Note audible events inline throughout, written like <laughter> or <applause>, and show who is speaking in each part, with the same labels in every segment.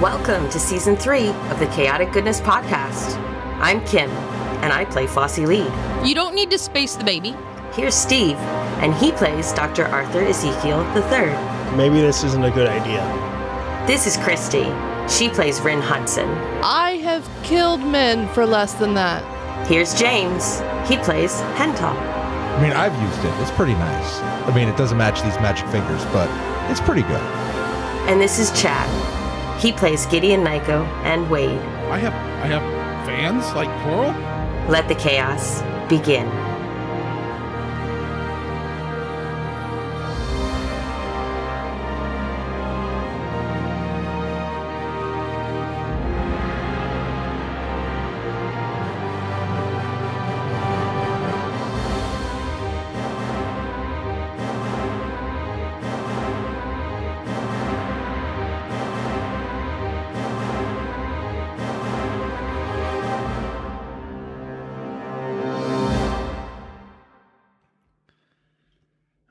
Speaker 1: Welcome to season three of the Chaotic Goodness Podcast. I'm Kim, and I play Flossie Lee.
Speaker 2: You don't need to space the baby.
Speaker 1: Here's Steve, and he plays Dr. Arthur Ezekiel III.
Speaker 3: Maybe this isn't a good idea.
Speaker 1: This is Christy. She plays Rin Hudson.
Speaker 4: I have killed men for less than that.
Speaker 1: Here's James. He plays Hental.
Speaker 5: I mean, I've used it. It's pretty nice. I mean, it doesn't match these magic fingers, but it's pretty good.
Speaker 1: And this is Chad. He plays Gideon Nyko and Wade.
Speaker 6: I have I have fans like plural.
Speaker 1: Let the chaos begin.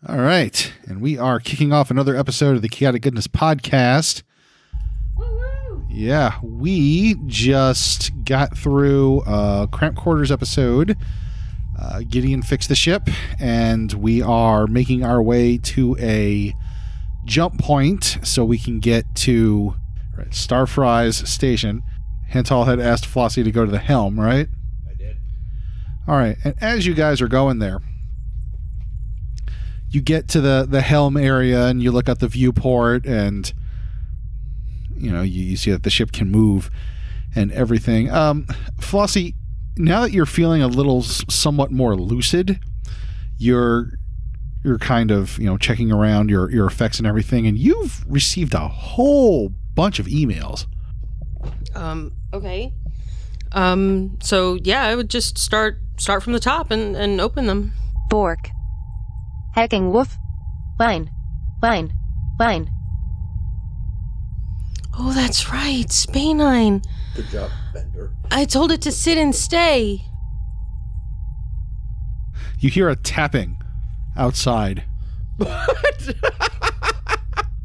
Speaker 6: All right, and we are kicking off another episode of the Chaotic Goodness Podcast. Yeah, we just got through uh, Cramp Quarters episode. Uh, Gideon fixed the ship, and we are making our way to a jump point so we can get to right, Starfry's station. Hental had asked Flossie to go to the helm, right? I did. All right, and as you guys are going there, you get to the the helm area and you look out the viewport and you know you, you see that the ship can move and everything um flossie now that you're feeling a little s- somewhat more lucid you're you're kind of you know checking around your your effects and everything and you've received a whole bunch of emails
Speaker 2: Um, okay. Um, so yeah, I would just start start from the top and, and open them.
Speaker 7: Bork. Hacking Wolf. Wine. Wine. Wine.
Speaker 2: Oh, that's right, Spanine.
Speaker 8: Good job, Bender.
Speaker 2: I told it to sit and stay.
Speaker 6: you hear a tapping outside
Speaker 9: <laughs>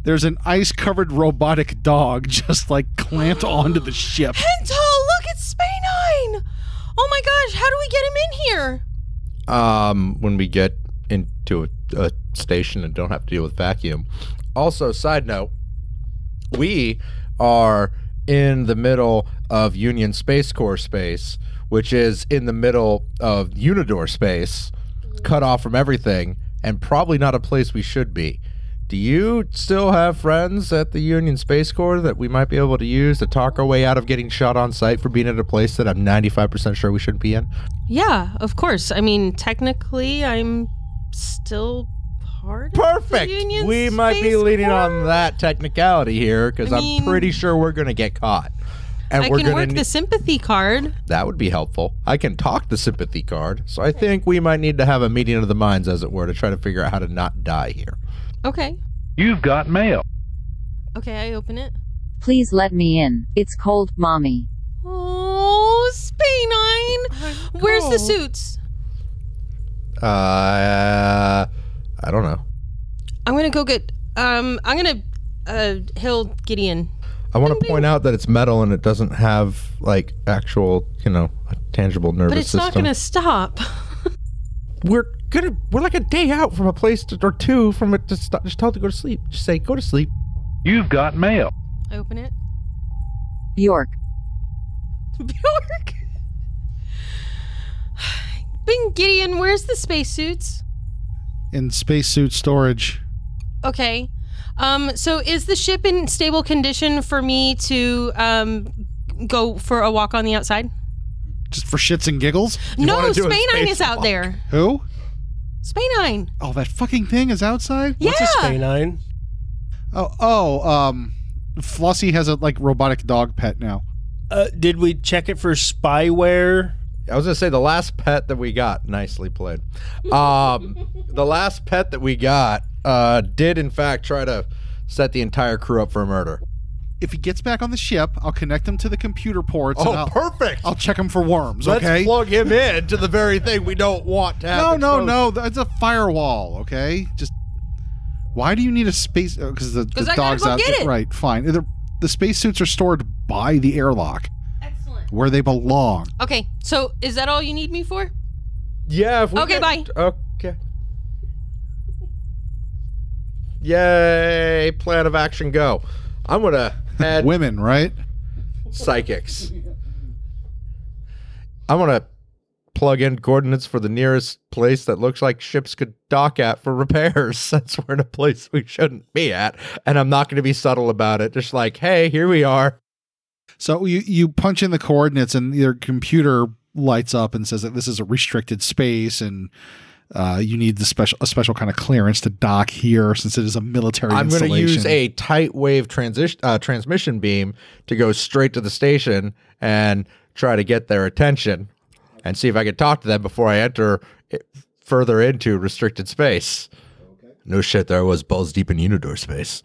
Speaker 6: there's an ice covered robotic dog just like
Speaker 9: <gasps>
Speaker 6: clamped onto the ship
Speaker 2: Hental, look, it's Spanine. Oh my gosh, how do we get him in here?
Speaker 9: um, when we get into a, a station and don't have to deal with vacuum. Also, side note, we are in the middle of Union Space Corps space, which is in the middle of Unidor space, cut off from everything, and probably not a place we should be. Do you still have friends at the Union Space Corps that we might be able to use to talk our way out of getting shot on site for being at a place that I'm 95% sure we shouldn't be in?
Speaker 2: Yeah, of course. I mean, technically, I'm still part.
Speaker 9: Perfect.
Speaker 2: Of the Union
Speaker 9: we might be
Speaker 2: Space
Speaker 9: leaning
Speaker 2: Corps.
Speaker 9: on that technicality here because
Speaker 2: I
Speaker 9: I
Speaker 2: mean-
Speaker 9: am pretty sure we're going to get caught. And
Speaker 2: I
Speaker 9: we're
Speaker 2: can
Speaker 9: going
Speaker 2: work
Speaker 9: to
Speaker 2: the sympathy card.
Speaker 9: that would be helpful. I can talk the sympathy card. So I think we might need to have a meeting of the minds as it were to try to figure out how to not die here.
Speaker 2: Okay.
Speaker 8: You've got mail.
Speaker 2: Okay, I open it.
Speaker 7: Please let me in. It's cold, mommy.
Speaker 2: Oh,
Speaker 9: Oh,
Speaker 2: Spanine! Where's the suits?
Speaker 9: Uh I don't know.
Speaker 2: I'm gonna go get. Um, I'm gonna uh hill Gideon.
Speaker 9: I want to point out that it's metal and it doesn't have like actual, you know, a tangible nervous
Speaker 2: But it's
Speaker 9: system.
Speaker 2: not gonna
Speaker 9: <laughs>
Speaker 2: stop.
Speaker 9: we're gonna we're like a day out from a place to, or two from it to stop. Just tell it to go to sleep. Just say go to sleep.
Speaker 8: You've got mail.
Speaker 2: I open it.
Speaker 7: Bjork.
Speaker 2: Bjork. <sighs> Bing Gideon, where's the spacesuits?
Speaker 6: in spacesuit storage
Speaker 2: Okay. Um, so is the ship in stable condition for me to um go for a walk on the outside?
Speaker 6: just for shits and giggles.
Speaker 2: no,
Speaker 9: wanna do a
Speaker 2: Spanine is out
Speaker 9: spacewalk.
Speaker 2: there.
Speaker 6: Who?
Speaker 2: Spanine.
Speaker 6: Oh, that fucking thing is outside.
Speaker 2: Yeah.
Speaker 3: What's a spanine?
Speaker 6: Oh, oh, um, Flossie has a like robotic dog pet now.
Speaker 3: Uh, did we check it for spyware?
Speaker 9: I was gonna say the last pet that we got. Nicely played.
Speaker 2: <laughs>
Speaker 9: Um, the last pet that we got uh, did in fact try to set the entire crew up for a murder.
Speaker 6: If he gets back on the ship, I'll connect him to the computer ports. and
Speaker 9: Oh,
Speaker 6: I'll,
Speaker 9: perfect.
Speaker 6: I'll check him for worms.
Speaker 9: Let's
Speaker 6: okay.
Speaker 9: plug him in to the very thing we don't want to
Speaker 6: no,
Speaker 9: happen.
Speaker 6: no, no. That's a firewall. Okay. Just why do you need a space? Because the, the
Speaker 2: I gotta
Speaker 6: dogs
Speaker 2: go
Speaker 6: out
Speaker 2: get
Speaker 6: there.
Speaker 2: it.
Speaker 6: Right. Fine. The, the spacesuits are stored by the airlock
Speaker 2: Excellent.
Speaker 6: where they belong.
Speaker 2: Okay, so is that all you need me for?
Speaker 9: Yeah, if we
Speaker 2: Okay,
Speaker 9: get-
Speaker 2: bye.
Speaker 9: Okay. Yay, plan of action go. I'm going
Speaker 6: <laughs>
Speaker 9: to add
Speaker 6: Women, right?
Speaker 9: psychics. I'm going to plug in coordinates for the nearest place that looks like ships could dock at for repairs <laughs> since we're in a place we shouldn't be at. And I'm not going to be subtle about it. Just like, hey, here we are.
Speaker 6: So you you punch in the coordinates and your computer lights up and says that this is a restricted space and uh, you need the special a special kind of clearance to dock here since it is a military
Speaker 9: I'm going
Speaker 6: installation.
Speaker 9: to use a tight wave transition uh, transmission beam to go straight to the station and try to get their attention and see if I can talk to them before I enter i- further into restricted space. No shit, there I was balls deep in Unidor space.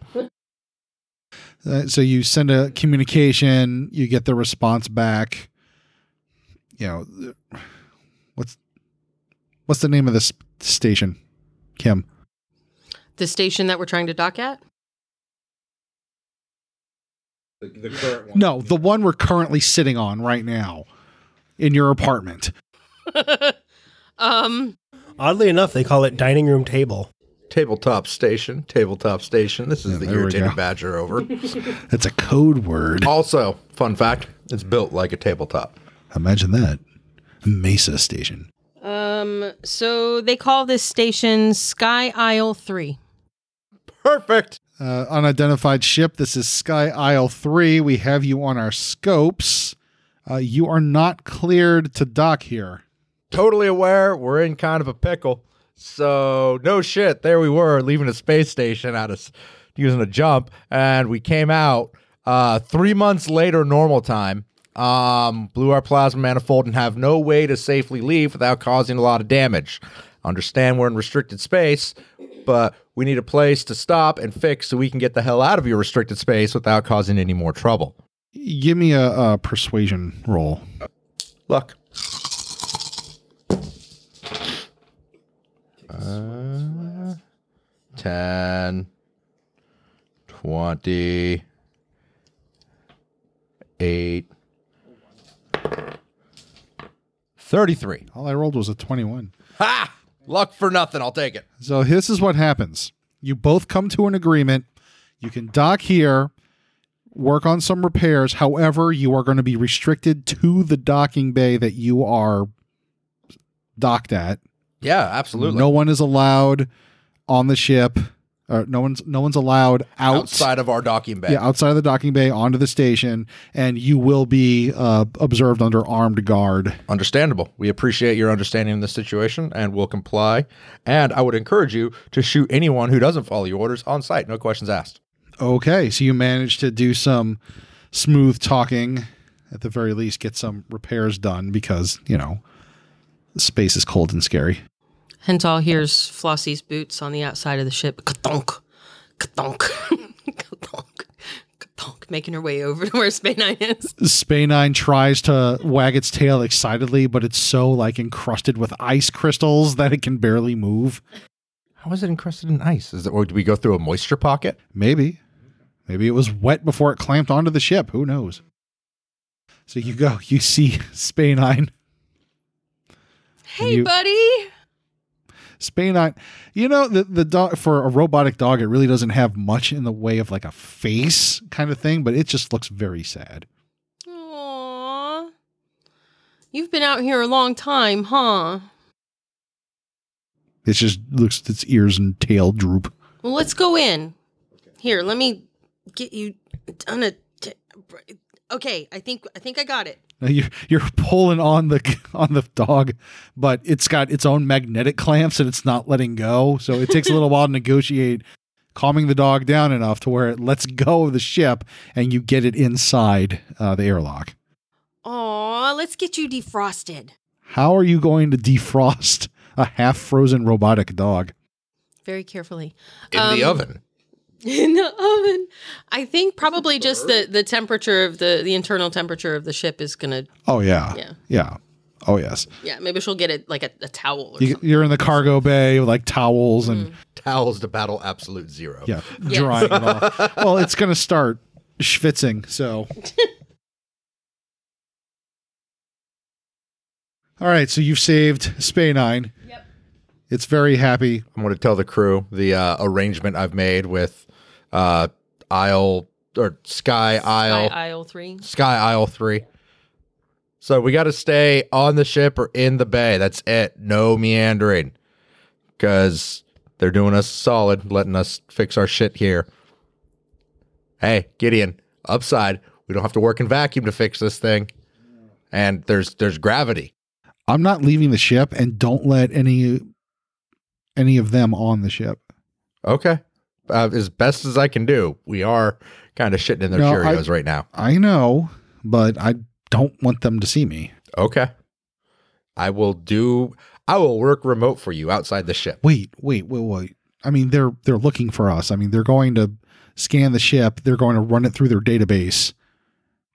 Speaker 6: Uh, so you send a communication, you get the response back. You know, th- what's what's the name of this station, Kim?
Speaker 2: The station that we're trying to dock at?
Speaker 6: No, the one we're currently sitting on right now in your apartment.
Speaker 2: Um,
Speaker 3: Oddly enough, they call it dining room table.
Speaker 9: Tabletop station, tabletop station. This is
Speaker 6: Yeah,
Speaker 9: the
Speaker 6: there we go.
Speaker 9: irritated badger
Speaker 6: <laughs>
Speaker 9: over.
Speaker 6: That's a code word.
Speaker 9: also, fun fact, it's built like a tabletop.
Speaker 6: Imagine that. Mesa station.
Speaker 2: um, so they call this station Sky Isle 3.
Speaker 9: Perfect.
Speaker 6: Uh, unidentified ship. This is Sky Isle 3. We have you on our scopes. Uh, you are not cleared to dock here.
Speaker 9: totally aware we're in kind of a pickle. So no shit, there we were leaving a space station out of s- using a jump, and we came out uh, three months later normal time. Um, blew our plasma manifold and have no way to safely leave without causing a lot of damage. Understand we're in restricted space, but we need a place to stop and fix so we can get the hell out of your restricted space without causing any more trouble.
Speaker 6: Give me a, uh persuasion roll.
Speaker 9: Luck. Uh, 10, 20, 8, 33.
Speaker 6: All I rolled was a 21.
Speaker 9: Ha! Luck for nothing. I'll take it.
Speaker 6: So this is what happens. You both come to an agreement. You can dock here, work on some repairs. However, you are going to be restricted to the docking bay that you are docked at.
Speaker 9: Yeah, absolutely.
Speaker 6: No one is allowed on the ship. Or no one's no one's allowed out,
Speaker 9: Outside of our docking bay.
Speaker 6: Yeah, outside of the docking bay onto the station, and you will be uh, observed under armed guard.
Speaker 9: Understandable. We appreciate your understanding of the situation and will comply. And I would encourage you to shoot anyone who doesn't follow your orders on site. No questions asked.
Speaker 6: Okay, so you managed to do some smooth talking, at the very least, get some repairs done because you know the space is cold and scary.
Speaker 2: Hental hears Flossie's boots on the outside of the ship. Katonk, <laughs> katonk, katonk, katonk, making her way over to where Spanine is.
Speaker 6: Spanine tries to wag its tail excitedly, but it's so like encrusted with ice crystals that it can barely move.
Speaker 9: How is it encrusted in ice? Is it, or do we go through a moisture pocket?
Speaker 6: Maybe. Maybe it was wet before it clamped onto the ship. Who knows? So you go, you see <laughs> Spanine.
Speaker 2: Hey,
Speaker 6: You-
Speaker 2: buddy.
Speaker 6: Spanine, you know, the, the dog, for a robotic dog, it really doesn't have much in the way of like a face kind of thing, but it just looks very sad.
Speaker 2: Aww. You've been out here a long time, huh?
Speaker 6: It just looks, its ears and tail droop. <laughs>
Speaker 2: Well, let's go in. Here, let me get you done a. T- okay, I think I think I got it.
Speaker 6: Now You're, you're pulling on the <laughs> on the dog, but it's got its own magnetic clamps and it's not letting go. So it takes a little while to negotiate calming the dog down enough to where it lets <laughs> go of the ship and you get it inside uh, the airlock.
Speaker 2: Aw, let's get you defrosted.
Speaker 6: How are you going to defrost a half frozen robotic dog?
Speaker 2: Very carefully. <laughs>
Speaker 9: In the
Speaker 2: Um,
Speaker 9: oven.
Speaker 2: in the oven. I think probably just the the temperature of the the internal temperature of the ship is gonna.
Speaker 6: Oh yeah.
Speaker 2: Yeah.
Speaker 6: Yeah. Oh yes.
Speaker 2: Yeah, maybe she'll get it like a, a towel or
Speaker 6: You,
Speaker 2: something.
Speaker 6: you're in the cargo bay with like towels and
Speaker 9: Mm-hmm. Towels to battle absolute zero.
Speaker 6: yeah,
Speaker 2: Yes.
Speaker 6: drying it off. Well, it's gonna start schwitzing. So. All right, so you've saved Spay Nine. Yep. It's very happy.
Speaker 9: I'm going to tell the crew the uh, arrangement I've made with uh, Isle or Sky Isle,
Speaker 2: By aisle three.
Speaker 9: Sky Isle 3. So we got to stay on the ship or in the bay. That's it. No meandering. Because they're doing us solid, letting us fix our shit here. Hey, Gideon, upside. We don't have to work in vacuum to fix this thing. And there's there's gravity.
Speaker 6: I'm not leaving the ship, and don't let any any of them on the ship.
Speaker 9: Okay. Uh, as best as I can do, we are kind of shitting in their
Speaker 6: No, I-
Speaker 9: Cheerios right now.
Speaker 6: I know, but I don't want them to see me.
Speaker 9: Okay. I will do, I will work remote for you outside the ship.
Speaker 6: Wait, wait, wait, wait. I mean, they're they're looking for us. I mean, they're going to scan the ship. They're going to run it through their database,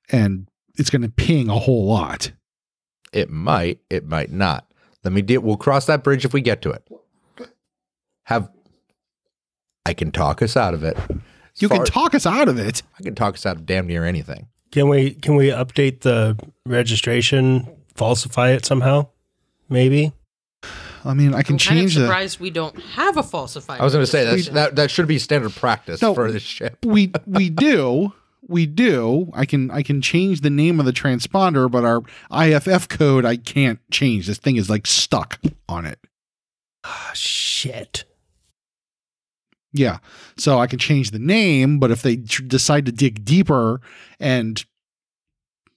Speaker 6: and it's going to ping a whole lot.
Speaker 9: It might, it might not. Let me deal, we'll cross that bridge if we get to it. Have, I can talk us out of it. As
Speaker 6: You
Speaker 9: far-
Speaker 6: can talk us out of it.
Speaker 9: I can talk us out of damn near anything.
Speaker 3: Can we can we update the registration, falsify it somehow? Maybe.
Speaker 6: I mean, I can
Speaker 2: I'm kind of
Speaker 6: change that.
Speaker 2: surprised we don't have a falsified.
Speaker 9: I was going to say that's,
Speaker 2: registration.
Speaker 9: that, that should be standard practice
Speaker 6: No.
Speaker 9: for this ship.
Speaker 6: we we do we do i can i can change the name of the transponder but our iff code i can't change this thing is like stuck on it
Speaker 3: Ah, shit.
Speaker 6: yeah so i can change the name but if they tr- decide to dig deeper and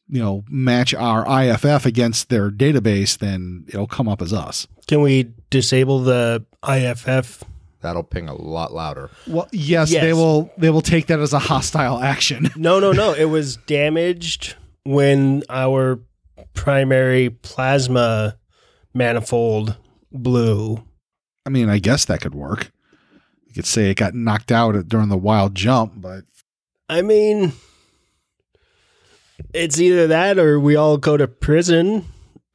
Speaker 6: you know match our iff against their database then it'll come up as us
Speaker 3: Can we disable the IFF?
Speaker 9: That'll ping a lot louder.
Speaker 6: well yes, they
Speaker 3: Yes.
Speaker 6: will they will take that as a hostile action <laughs>
Speaker 3: No, no, no. it was damaged when our primary plasma manifold blew.
Speaker 6: i mean i guess that could work you could say it got knocked out during the wild jump but
Speaker 3: I mean, it's either that or we all go to prison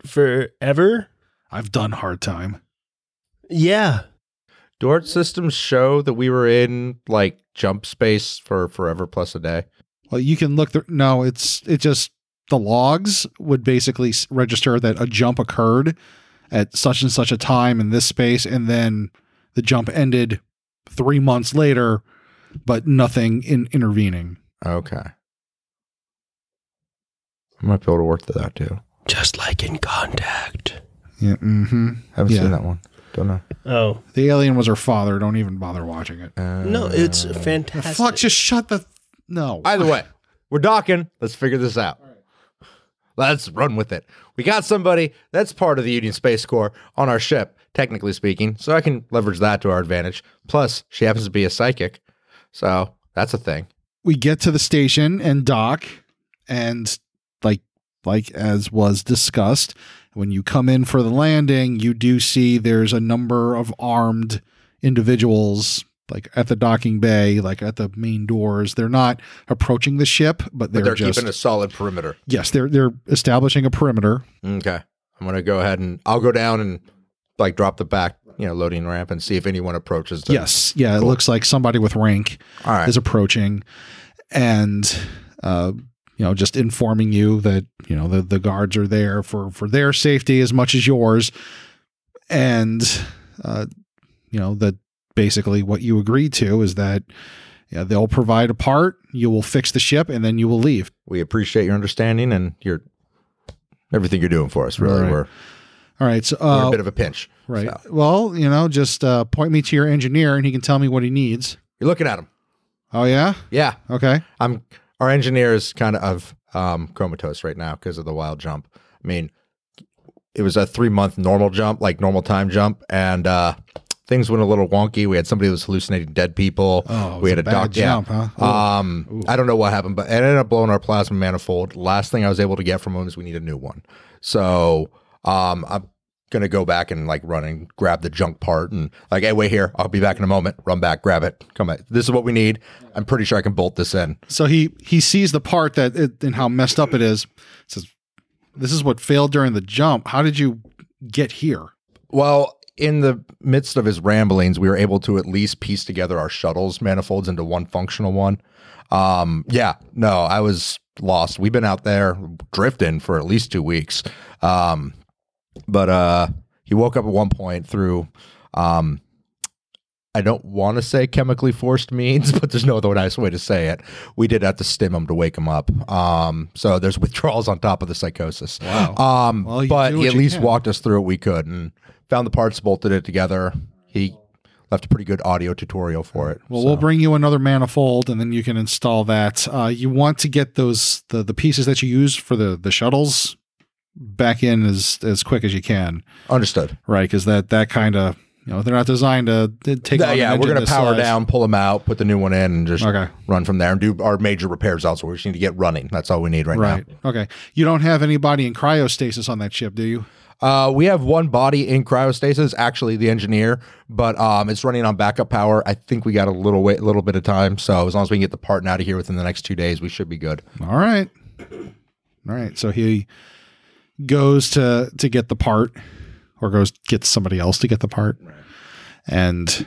Speaker 3: forever.
Speaker 6: i've done hard time
Speaker 3: Yeah.
Speaker 9: Do our systems show that we were in like jump space for forever plus a day?
Speaker 6: Well, you can look through. No, it's it just the logs would basically s- register that a jump occurred at such and such a time in this space, and then the jump ended three months later, but nothing in intervening.
Speaker 9: Okay. I might be able to work to that too.
Speaker 3: Just like in contact.
Speaker 6: Yeah, hmm
Speaker 9: Haven't
Speaker 6: Yeah.
Speaker 9: seen that one. Don't know.
Speaker 3: Oh.
Speaker 6: The alien was her father. Don't even bother watching it.
Speaker 9: Uh,
Speaker 3: No, it's
Speaker 6: The
Speaker 3: fantastic.
Speaker 6: fuck! Just shut the. No.
Speaker 9: Either way, we're docking. Let's figure this out. Let's run with it. We got somebody that's part of the Union Space Corps on our ship, technically speaking, so I can leverage that to our advantage. Plus, she happens to be a psychic, so that's a thing.
Speaker 6: we get to the station and dock and like like as was discussed when you come in for the landing you do see there's a number of armed individuals like at the docking bay like at the main doors they're not approaching the ship but they're,
Speaker 9: But they're
Speaker 6: just
Speaker 9: keeping a solid perimeter.
Speaker 6: yes they're they're establishing a perimeter
Speaker 9: Okay. I'm gonna go ahead and I'll go down and like drop the back, you know, loading ramp and see if anyone approaches. them.
Speaker 6: yes yeah it
Speaker 9: Cool.
Speaker 6: looks like somebody with rank
Speaker 9: All right.
Speaker 6: is approaching and uh you know just informing you that you know the, the guards are there for for their safety as much as yours and uh you know that basically what you agree to is that yeah, they'll provide a part you will fix the ship and then you will leave
Speaker 9: we appreciate your understanding and your everything you're doing for us. Really,
Speaker 6: All right.
Speaker 9: we're,
Speaker 6: all right so
Speaker 9: we're
Speaker 6: uh,
Speaker 9: a bit of a pinch.
Speaker 6: right
Speaker 9: so.
Speaker 6: well you know just uh point me to your engineer and he can tell me what he needs
Speaker 9: You're looking at him.
Speaker 6: oh yeah
Speaker 9: Yeah,
Speaker 6: okay
Speaker 9: I'm. Our engineer is kind of um, comatose right now because of the wild jump. I mean, it was a three month normal jump, like normal time jump, and uh, things went a little wonky. We had somebody who was hallucinating dead people.
Speaker 6: Oh, it was
Speaker 9: we had
Speaker 6: a
Speaker 9: a,
Speaker 6: bad
Speaker 9: doc yeah.
Speaker 6: jump, huh? Ooh.
Speaker 9: Um, I don't know what happened, but it ended up blowing our plasma manifold. Last thing I was able to get from him is we need a new one. So um, I'm gonna go back and like run and grab the junk part and like, hey, wait here, I'll be back in a moment. Run back, grab it, come back. This is what we need. I'm pretty sure I can bolt this in.
Speaker 6: So he he sees the part that it, and how messed up it is. Says, "This is what failed during the jump. How did you get here?"
Speaker 9: Well, in the midst of his ramblings, we were able to at least piece together our shuttles manifolds into one functional one. Um, yeah, no, I was lost. We've been out there drifting for at least two weeks. Um, but uh, he woke up at one point through, um, I don't want to say chemically forced means, <laughs> but there's no other nice way to say it. We did have to stim him to wake him up. Um, so there's <laughs> withdrawals on top of the psychosis. Wow. Um,
Speaker 6: Well, you
Speaker 9: but
Speaker 6: do
Speaker 9: he
Speaker 6: what
Speaker 9: at
Speaker 6: you
Speaker 9: least
Speaker 6: can.
Speaker 9: walked us through what we could and found the parts, bolted it together. He left a pretty good audio tutorial for it.
Speaker 6: Well,
Speaker 9: so.
Speaker 6: we'll bring you another manifold, and then you can install that. Uh, you want to get those the the pieces that you used for the the shuttles back in as as quick as you can,
Speaker 9: understood.
Speaker 6: right? Because that that kind of you know they're not designed to to take.
Speaker 9: Yeah,
Speaker 6: on an
Speaker 9: yeah, we're
Speaker 6: engine
Speaker 9: gonna
Speaker 6: this
Speaker 9: power
Speaker 6: size.
Speaker 9: down, pull them out, put the new one in, and just
Speaker 6: Okay.
Speaker 9: run from there and do our major repairs elsewhere. We just need to get running. That's all we need right,
Speaker 6: Right. Okay. You don't have anybody in cryostasis on that ship, do you?
Speaker 9: now. Uh, we have one body in cryostasis, actually the engineer, but um, it's running on backup power. I think we got a little wait, a little bit of time. So as long as we can get the part out of here within the next two days, we should be good.
Speaker 6: All right. All right. So he goes to to get the part or goes gets somebody else to get the part. And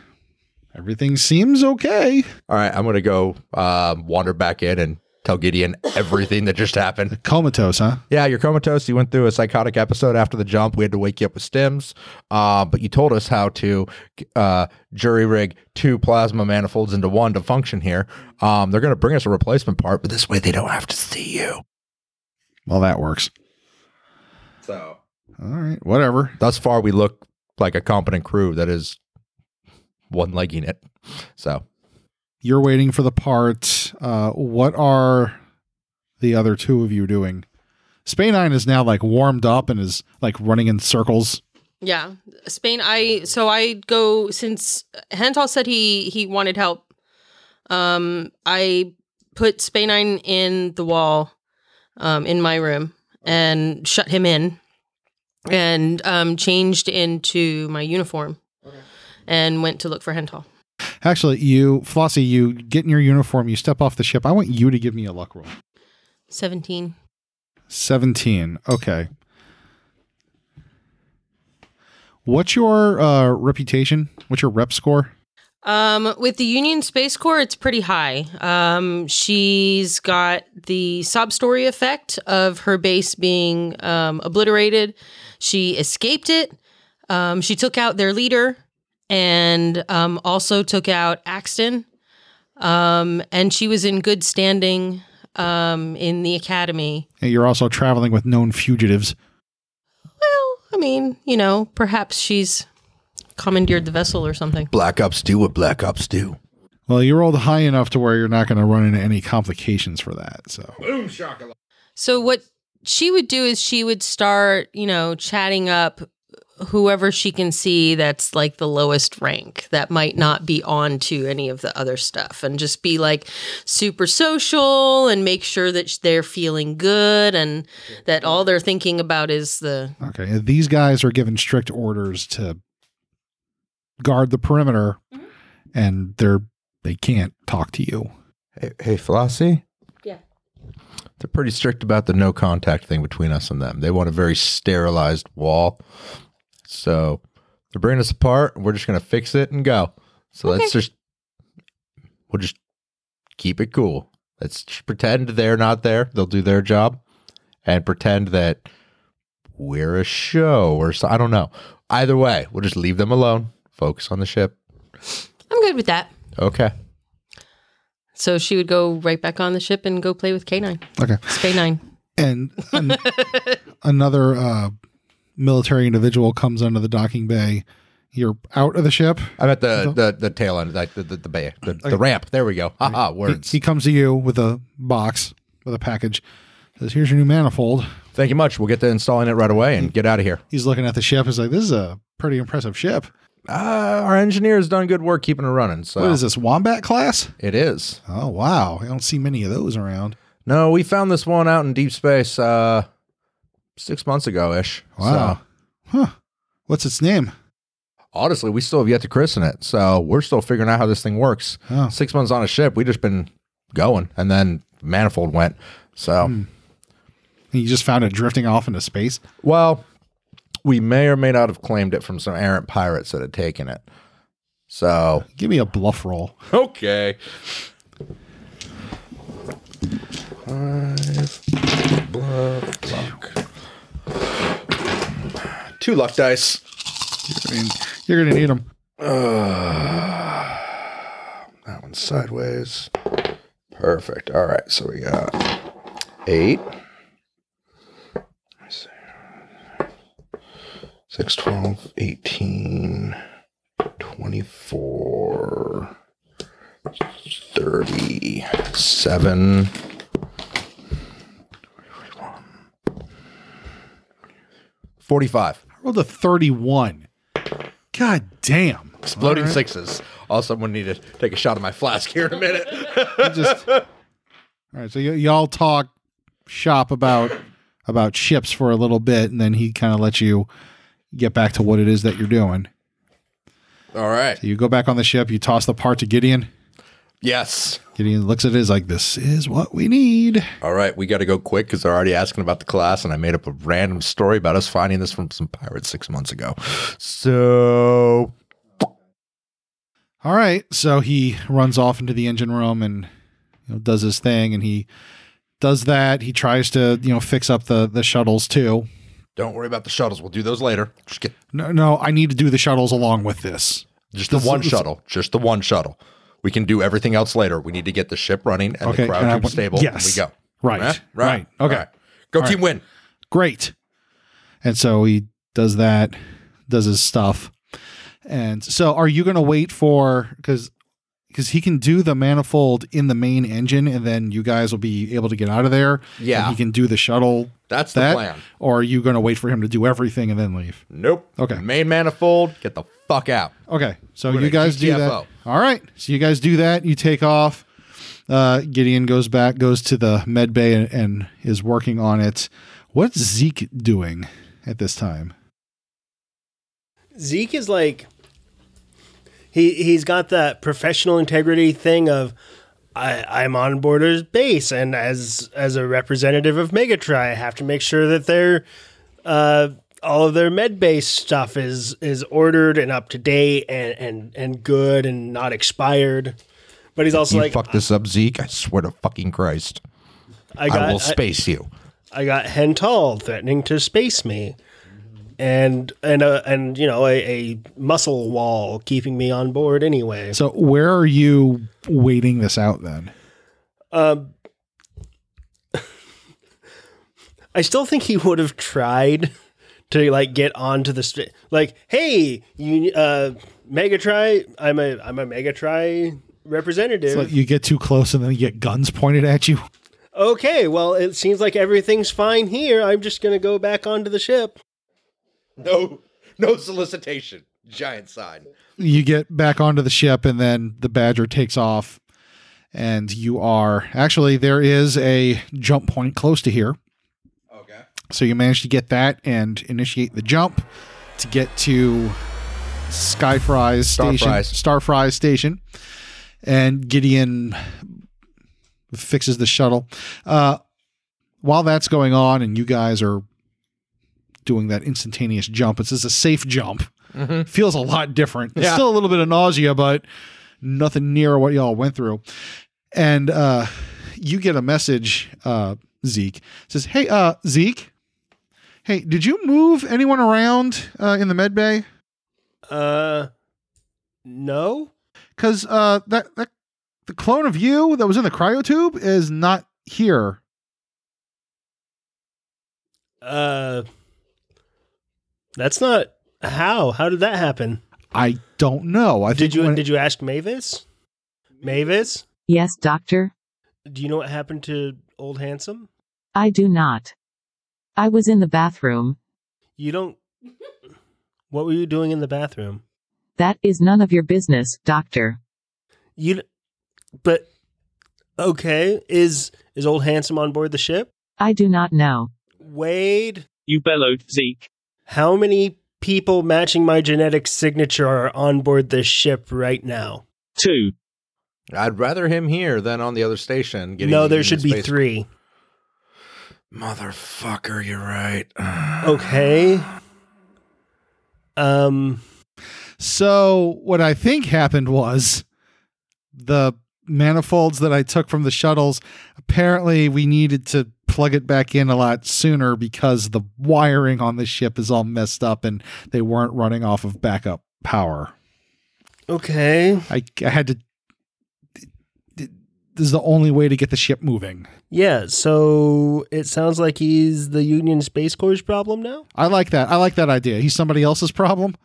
Speaker 6: everything seems okay.
Speaker 9: All right, I'm gonna go um, wander back in and tell Gideon everything that just happened.
Speaker 6: Comatose, huh?
Speaker 9: Yeah, you're comatose. You went through a psychotic episode after the jump. We had to wake you up with stims, uh, but you told us how to uh, jury rig two plasma manifolds into one to function here. Um, they're going to bring us a replacement part, but this way they don't have to see you.
Speaker 6: Well, that works.
Speaker 9: So
Speaker 6: All right. Whatever.
Speaker 9: thus far, we look like a competent crew that is one legging it. So
Speaker 6: You're waiting for the part. Uh what are the other two of you doing? Spainine is now like warmed up and is like running in circles.
Speaker 2: Yeah, Spain. I so I go since Hental said he he wanted help. Um, I put Spainine in the wall, um, in my room and shut him in, and um changed into my uniform, and went to look for Hental.
Speaker 6: Actually, you Flossie, you get in your uniform, you step off the ship. I want you to give me a luck roll.
Speaker 2: Seventeen.
Speaker 6: 17. Okay. What's your uh, reputation? What's your rep score?
Speaker 2: Um, with the Union Space Corps, it's pretty high. Um, she's got the sob story effect of her base being um, obliterated. She escaped it. Um, she took out their leader and um, also took out Axton. Um, and she was in good standing um, in the academy.
Speaker 6: And You're also traveling with known fugitives.
Speaker 2: Well, I mean, you know, perhaps she's commandeered the vessel or something.
Speaker 9: black ops do what black ops do.
Speaker 6: Well, you rolled high enough to where you're not going to run into any complications for that. So,
Speaker 2: So what she would do is she would start, you know, chatting up whoever she can see that's like the lowest rank that might not be on to any of the other stuff and just be like super social and make sure that sh- they're feeling good and that all they're thinking about is the
Speaker 6: okay, these guys are given strict orders to guard the perimeter, and they're they can't talk to you.
Speaker 9: Hey, hey Flossie?
Speaker 2: Yeah.
Speaker 9: They're pretty strict about the no contact thing between us and them. They want a very sterilized wall. So they're bringing us apart. and We're just going to fix it and go. So let's just, we'll just keep it cool. Let's just pretend they're not there. They'll do their job and pretend that we're a show or so. I don't know. Either way, we'll just leave them alone, focus on the ship.
Speaker 2: I'm good with that.
Speaker 9: Okay.
Speaker 2: So she would go right back on the ship and go play with K9.
Speaker 6: Okay.
Speaker 2: Spay 9.
Speaker 6: and an, <laughs> another uh, military individual comes onto the docking bay. You're out of the ship.
Speaker 9: I'm at the, the, the tail end, like the, the, the bay, the, the ramp. There we go. Ha ha,
Speaker 6: He,
Speaker 9: words.
Speaker 6: he comes to you with a box, with a package. Says, "Here's your new manifold."
Speaker 9: Thank you much. We'll get to installing it right away and get out of here.
Speaker 6: He's looking at the ship. He's like, "This is a pretty impressive ship.
Speaker 9: Uh, our engineer has done good work keeping it running. So
Speaker 6: What is this wombat class?"
Speaker 9: it is.
Speaker 6: Oh wow, I don't see many of those around.
Speaker 9: No, we found this one out in deep space uh, six months ago ish.
Speaker 6: Wow. Huh. What's its name?
Speaker 9: Honestly, we still have yet to christen it, so we're still figuring out how this thing works.
Speaker 6: Oh.
Speaker 9: Six months on a ship, we just been going, and then manifold went. So,
Speaker 6: Hmm. You just found it drifting off into space.
Speaker 9: well, we may or may not have claimed it from some errant pirates that had taken it. So,
Speaker 6: Give me a bluff roll.
Speaker 9: okay. Five, bluff, luck. Two luck dice.
Speaker 6: I mean, you're gonna need them.
Speaker 9: Uh, that one's sideways. Perfect. All right, so we got eight. Let's see. Six, 12, 18, 24, 37, 45.
Speaker 6: I rolled a 31. God damn.
Speaker 9: Exploding sixes. Also, I'm going to need to take a shot of my flask here in a minute.
Speaker 6: You just- all right. So y- y'all talk shop about about ships for a little bit, and then he kind of lets you get back to what it is that you're doing.
Speaker 9: All right.
Speaker 6: You go back on the ship. You toss the part to Gideon.
Speaker 9: Yes.
Speaker 6: Gideon looks at it. Is like, this is what we need.
Speaker 9: All right, we got to go quick because they're already asking about the class, and I made up a random story about us finding this from some pirates six months ago. So,
Speaker 6: All right. So he runs off into the engine room and you know, does his thing, and he does that. He tries to you know fix up the the shuttles too.
Speaker 9: don't worry about the shuttles. We'll do those later. Just get
Speaker 6: No, no, I need to do the shuttles along with this.
Speaker 9: just the
Speaker 6: This-
Speaker 9: one
Speaker 6: this-
Speaker 9: shuttle. Just the one shuttle. We can do everything else later. We need to get the ship running and
Speaker 6: Okay,
Speaker 9: the
Speaker 6: and I
Speaker 9: crowd
Speaker 6: want-
Speaker 9: team stable. and
Speaker 6: yes.
Speaker 9: we go.
Speaker 6: Right,
Speaker 9: Eh?
Speaker 6: right, okay.
Speaker 9: All Go team win.
Speaker 6: great. And so he does that, does his stuff. And so are you going to wait for cuz cuz he can do the manifold in the main engine and then you guys will be able to get out of there.
Speaker 9: Yeah.
Speaker 6: And he can do the shuttle
Speaker 9: That's the
Speaker 6: that
Speaker 9: plan.
Speaker 6: or are you going to wait for him to do everything and then leave?
Speaker 9: Nope.
Speaker 6: Okay.
Speaker 9: Main manifold. Get the fuck out.
Speaker 6: Okay. So
Speaker 9: We're gonna
Speaker 6: you guys do that.
Speaker 9: GTFO.
Speaker 6: All right. So you guys do that, you take off. Uh, Gideon goes back, goes to the med bay and, and is working on it. What's Zeke doing at this time?
Speaker 10: Zeke is like he he's got that professional integrity thing of I, I'm on Border's base, and as as a representative of Megatry, I have to make sure that their uh, all of their med base stuff is is ordered and up to date and and and good and not expired. But he's also
Speaker 9: you
Speaker 10: like,
Speaker 9: fuck this up, Zeke. I swear to fucking Christ.
Speaker 10: I
Speaker 9: I,
Speaker 10: got
Speaker 9: will
Speaker 10: I-
Speaker 9: space you.
Speaker 10: I got Hental threatening to space me, and and uh, and you know a, a muscle wall keeping me on board anyway.
Speaker 6: So where are you waiting this out then?
Speaker 10: Um, I still think he would have tried to like get onto the st- like, hey, you uh, Megatry, I'm a I'm a Megatry representative.
Speaker 6: It's like you get too close and then you get guns pointed at you.
Speaker 10: okay, well, it seems like everything's fine here. I'm just gonna go back onto the ship.
Speaker 9: No, no solicitation. Giant sign.
Speaker 6: You get back onto the ship and then the badger takes off and you are actually there is a jump point close to here.
Speaker 9: Okay.
Speaker 6: So you manage to get that and initiate the jump to get to Skyfry's station,
Speaker 9: Starfry's.
Speaker 6: Starfry's station, and Gideon fixes the shuttle. Uh, while that's going on, and you guys are doing that instantaneous jump, it's just a safe jump. Feels a lot different. There's
Speaker 9: Yeah.
Speaker 6: still a little bit of nausea, but nothing near what y'all went through. And uh, you get a message, uh, Zeke It says, "Hey, uh, Zeke." Hey, did you move anyone around uh, in the med bay?
Speaker 10: Uh, no.
Speaker 6: Because uh, that, that the clone of you that was in the cryotube is not here.
Speaker 10: Uh, that's not how. How did that happen?
Speaker 6: I don't know. I
Speaker 10: Did
Speaker 6: think
Speaker 10: you
Speaker 6: when-
Speaker 10: did you ask Mavis? Mavis,
Speaker 7: Yes, doctor.
Speaker 10: do you know what happened to old handsome?
Speaker 7: I do not. I was in the bathroom.
Speaker 10: You
Speaker 9: <laughs>
Speaker 10: don't. What were you doing in the bathroom?
Speaker 7: That is none of your business, doctor.
Speaker 10: You, d- but okay. Is is old handsome on board the ship?
Speaker 7: I do not know.
Speaker 10: Wade,
Speaker 11: You bellowed, Zeke.
Speaker 10: how many people matching my genetic signature are on board this ship right now.
Speaker 11: Two.
Speaker 9: I'd rather him here than on the other station. getting
Speaker 10: no,
Speaker 9: the
Speaker 10: there
Speaker 9: Union
Speaker 10: should be
Speaker 9: Space-
Speaker 10: three.
Speaker 9: Motherfucker, you're right.
Speaker 10: Okay. Um.
Speaker 6: So what I think happened was the manifolds that I took from the shuttles. Apparently, we needed to plug it back in a lot sooner because the wiring on the ship is all messed up, and they weren't running off of backup power.
Speaker 10: Okay.
Speaker 6: I, I had to. This is the only way to get the ship moving.
Speaker 10: Yeah. So it sounds like he's the Union Space Corps' problem now.
Speaker 6: I like that. I like that idea. He's somebody else's problem.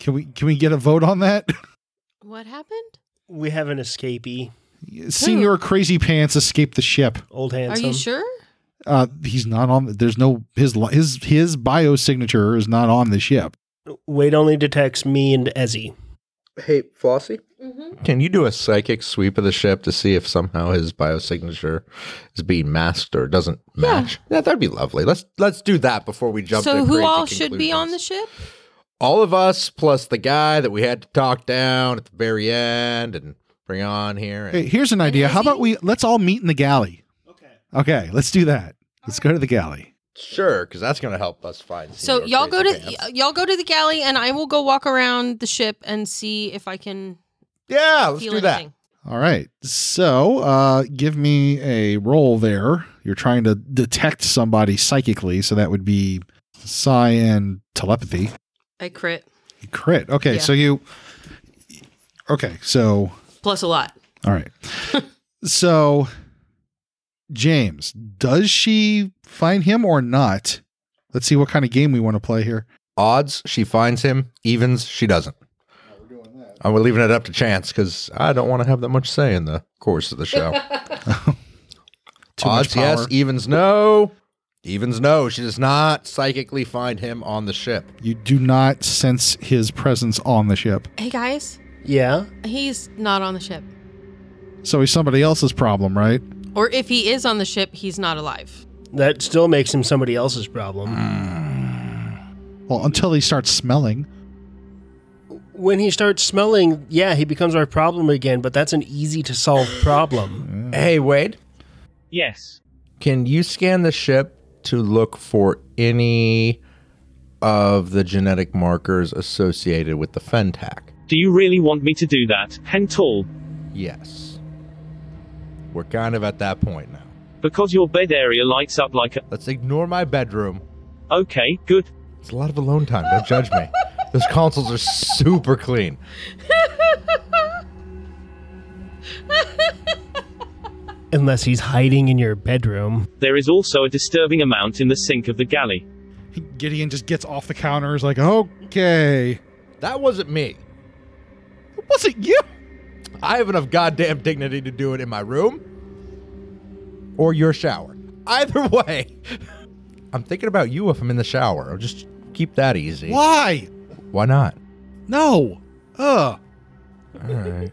Speaker 6: Can we can we get a vote on that?
Speaker 2: What happened?
Speaker 10: We have an escapee.
Speaker 6: Senior Crazy Pants escaped the ship.
Speaker 10: Old handsome.
Speaker 2: Are you sure?
Speaker 6: Uh, he's not on. There's no his li- his his biosignature is not on the ship.
Speaker 10: Wade only detects me and Ezzy.
Speaker 9: <sighs> Hey, Flossie?
Speaker 2: Mm-hmm.
Speaker 9: Can you do a psychic sweep of the ship to see if somehow his biosignature is being masked or doesn't match? Yeah, that'd be lovely. Let's let's do that before we jump.
Speaker 2: so
Speaker 9: to
Speaker 2: who
Speaker 9: crazy
Speaker 2: all should be on
Speaker 9: conclusions.
Speaker 2: the ship?
Speaker 9: All of us plus the guy that we had to talk down at the very end and bring on here. And
Speaker 6: Hey, here's an idea. How about we let's all meet in the galley? Okay. Okay. Let's do that. Let's go to the galley.
Speaker 9: sure, because that's going to help us find.
Speaker 2: So
Speaker 9: Senior
Speaker 2: y'all go to
Speaker 9: Crazy Pants.
Speaker 2: y- uh, y'all go to the galley, and I will go walk around the ship and see if I can
Speaker 9: yeah. Let's
Speaker 2: feel
Speaker 9: do that.
Speaker 2: anything.
Speaker 6: All right. So, uh, give me a roll there. You're trying to detect somebody psychically, so that would be psi and telepathy.
Speaker 2: I crit
Speaker 6: Crit. Okay.
Speaker 2: Yeah.
Speaker 6: So you. Okay. So
Speaker 2: plus a lot.
Speaker 6: All right. so, James, does she find him or not? Let's see what kind of game we want to play here.
Speaker 9: Odds she finds him. Evens she doesn't. And we're leaving it up to chance because I don't want to have that much say in the course of the show.
Speaker 6: <laughs> Too much
Speaker 9: Odds yes, E-
Speaker 6: power.
Speaker 9: evens no. Evens no. She does not psychically find him on the ship.
Speaker 6: You do not sense his presence on the ship.
Speaker 2: Hey guys,
Speaker 10: Yeah.
Speaker 2: he's not on the ship,
Speaker 6: So he's somebody else's problem, right?
Speaker 2: or if he is on the ship, he's not alive.
Speaker 10: That still makes him somebody else's problem.
Speaker 6: Well, until he starts smelling.
Speaker 10: When he starts smelling, yeah, he becomes our problem again, but that's an easy to solve problem.
Speaker 9: Hey, Wade,
Speaker 11: Yes.
Speaker 9: can you scan the ship to look for any of the genetic markers associated with the Fentac?
Speaker 11: Do you really want me to do that, Hental?
Speaker 9: Yes. We're kind of at that point now.
Speaker 11: Because your bed area lights up like a.
Speaker 9: Let's ignore my bedroom.
Speaker 11: Okay, good.
Speaker 9: It's a lot of alone time. Don't judge me. Those consoles are super clean.
Speaker 10: Unless he's hiding in your bedroom.
Speaker 11: There is also a disturbing amount in the sink of the galley.
Speaker 6: Gideon just gets off the counter. Is like, okay,
Speaker 9: That wasn't me.
Speaker 6: was it you?
Speaker 9: I have enough goddamn dignity to do it in my room or your shower. Either <laughs> way, I'm thinking about you if I'm in the shower. I'll just keep that easy.
Speaker 6: Why?
Speaker 9: Why not?
Speaker 6: No. Ugh.
Speaker 9: All right.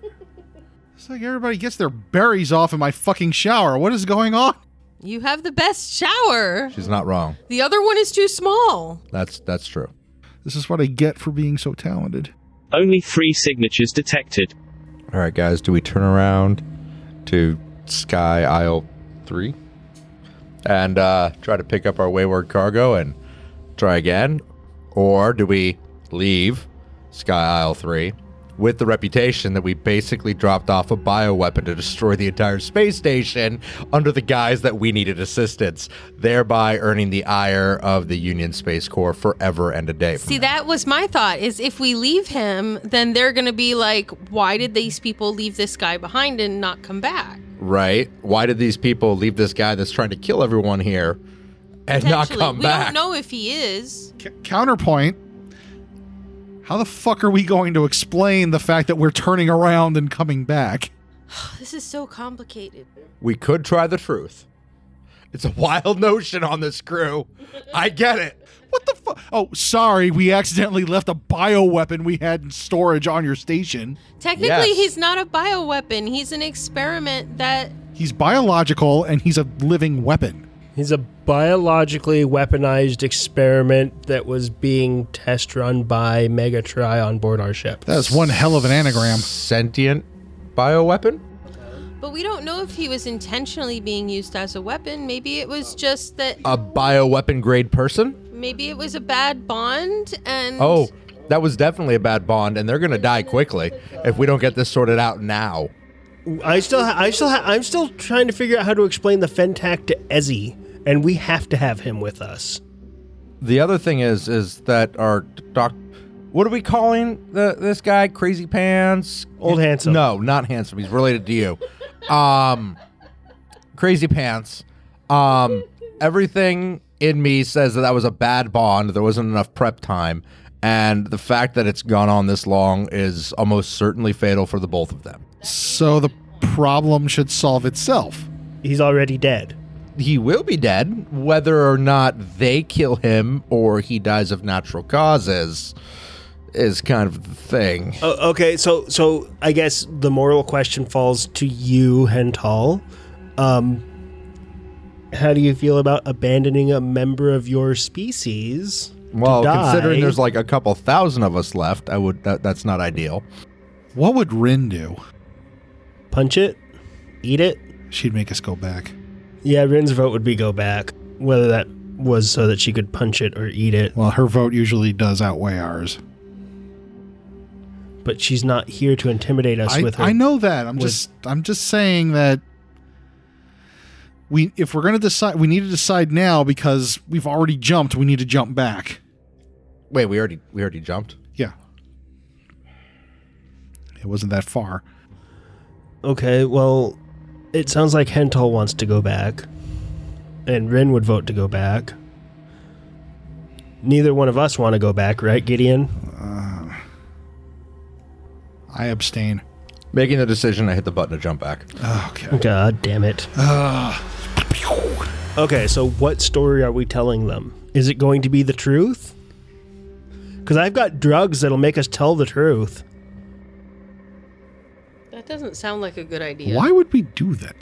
Speaker 6: It's like everybody gets their berries off in my fucking shower. What is going on?
Speaker 2: You have the best shower.
Speaker 9: She's not wrong.
Speaker 2: The other one is too small.
Speaker 9: That's that's true.
Speaker 6: This is what I get for being so talented.
Speaker 11: Only three signatures detected.
Speaker 9: All right, guys, do we turn around to Sky Isle 3 and uh, try to pick up our wayward cargo and try again? Or do we leave Sky Isle 3 with the reputation that we basically dropped off a bioweapon to destroy the entire space station under the guise that we needed assistance, thereby earning the ire of the Union Space Corps forever and a day?
Speaker 2: See, that was my thought is if we leave him, then they're going to be like, why did these people leave this guy behind and not come back?
Speaker 9: Right? Why did these people leave this guy that's trying to kill everyone here and not
Speaker 2: Potentially.
Speaker 9: come
Speaker 2: we don't
Speaker 9: back?
Speaker 2: know if he is.
Speaker 6: C- counterpoint how the fuck are we going to explain the fact that we're turning around and coming back
Speaker 2: This is so complicated.
Speaker 9: We could try the truth. It's a wild <laughs> notion on this crew. I get it.
Speaker 6: what the fuck oh sorry we accidentally left a bioweapon we had in storage on your station
Speaker 2: Technically,
Speaker 9: Yes.
Speaker 2: he's not a bioweapon. He's an experiment that
Speaker 6: he's biological and he's a living weapon.
Speaker 10: He's a biologically weaponized experiment that was being test run by Megatri on board our ship.
Speaker 6: That's one hell of an anagram.
Speaker 9: Sentient bioweapon?
Speaker 2: But we don't know if he was intentionally being used as a weapon. Maybe it was just that.
Speaker 9: A bioweapon grade person?
Speaker 2: Maybe it was a bad bond, and
Speaker 9: Oh, that was definitely a bad bond, and they're going to die quickly if we don't get this sorted out now.
Speaker 10: I still, ha- I still, ha- I'm still trying to figure out how to explain the Fentac to Ezzy, and we have to have him with us.
Speaker 9: The other thing is, is that our doc, what are we calling the, this guy? Crazy Pants?
Speaker 10: Old Handsome.
Speaker 9: No, not handsome. He's related to you. Um, Crazy Pants. Um, everything in me says that that was a bad bond. There wasn't enough prep time, and the fact that it's gone on this long is almost certainly fatal for the both of them.
Speaker 6: So the problem should solve itself.
Speaker 10: He's already dead.
Speaker 9: he will be dead, whether or not they kill him or he dies of natural causes is kind of the thing.
Speaker 10: O- Oh, okay, so so I guess the moral question falls to you, Hental. Um, how do you feel about abandoning a member of your species? to
Speaker 9: Well,
Speaker 10: die?
Speaker 9: considering there's like a couple thousand of us left, I would that, that's not ideal.
Speaker 6: What would Rin do?
Speaker 10: punch it, eat it.
Speaker 6: She'd make us go back.
Speaker 10: Yeah, Rin's vote would be go back, whether that was so that she could punch it or eat it.
Speaker 6: Well, her vote usually does outweigh ours.
Speaker 10: But she's not here to intimidate us
Speaker 6: I,
Speaker 10: with her.
Speaker 6: I know that. I'm
Speaker 10: with-
Speaker 6: just I'm just saying that we if we're gonna decide we need to decide now because we've already jumped, we need to jump back.
Speaker 9: Wait, we already we already jumped.
Speaker 6: Yeah. It wasn't that far.
Speaker 10: Okay, well, it sounds like Hental wants to go back, and Rin would vote to go back. Neither one of us want to go back, right, Gideon?
Speaker 6: I abstain. Oh,
Speaker 9: Making the decision, I hit the button to jump back.
Speaker 6: Okay.
Speaker 10: God damn it. Okay, so what story are we telling them? Is it going to be the truth? Because I've got drugs that'll make us tell the truth.
Speaker 2: that doesn't sound like a good idea.
Speaker 6: Why would we do that?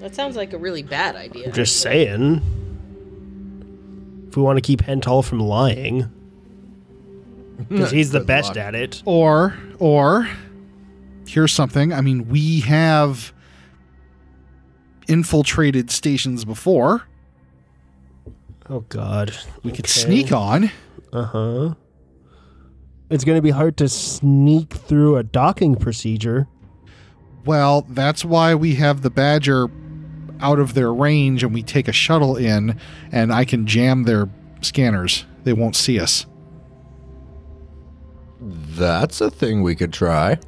Speaker 2: That sounds like a really bad idea.
Speaker 10: I'm just saying. If we want to keep Hental from
Speaker 9: <laughs>
Speaker 10: lying, because he's the
Speaker 9: Good
Speaker 10: best
Speaker 9: luck.
Speaker 10: at it.
Speaker 6: Or or here's something. I mean, we have infiltrated stations before.
Speaker 10: Oh God,
Speaker 6: We could sneak on.
Speaker 10: Uh huh. It's going to be hard to sneak through a docking procedure.
Speaker 6: Well, that's why we have the Badger out of their range and we take a shuttle in and I can jam their scanners. They won't see us.
Speaker 9: That's a thing we could try.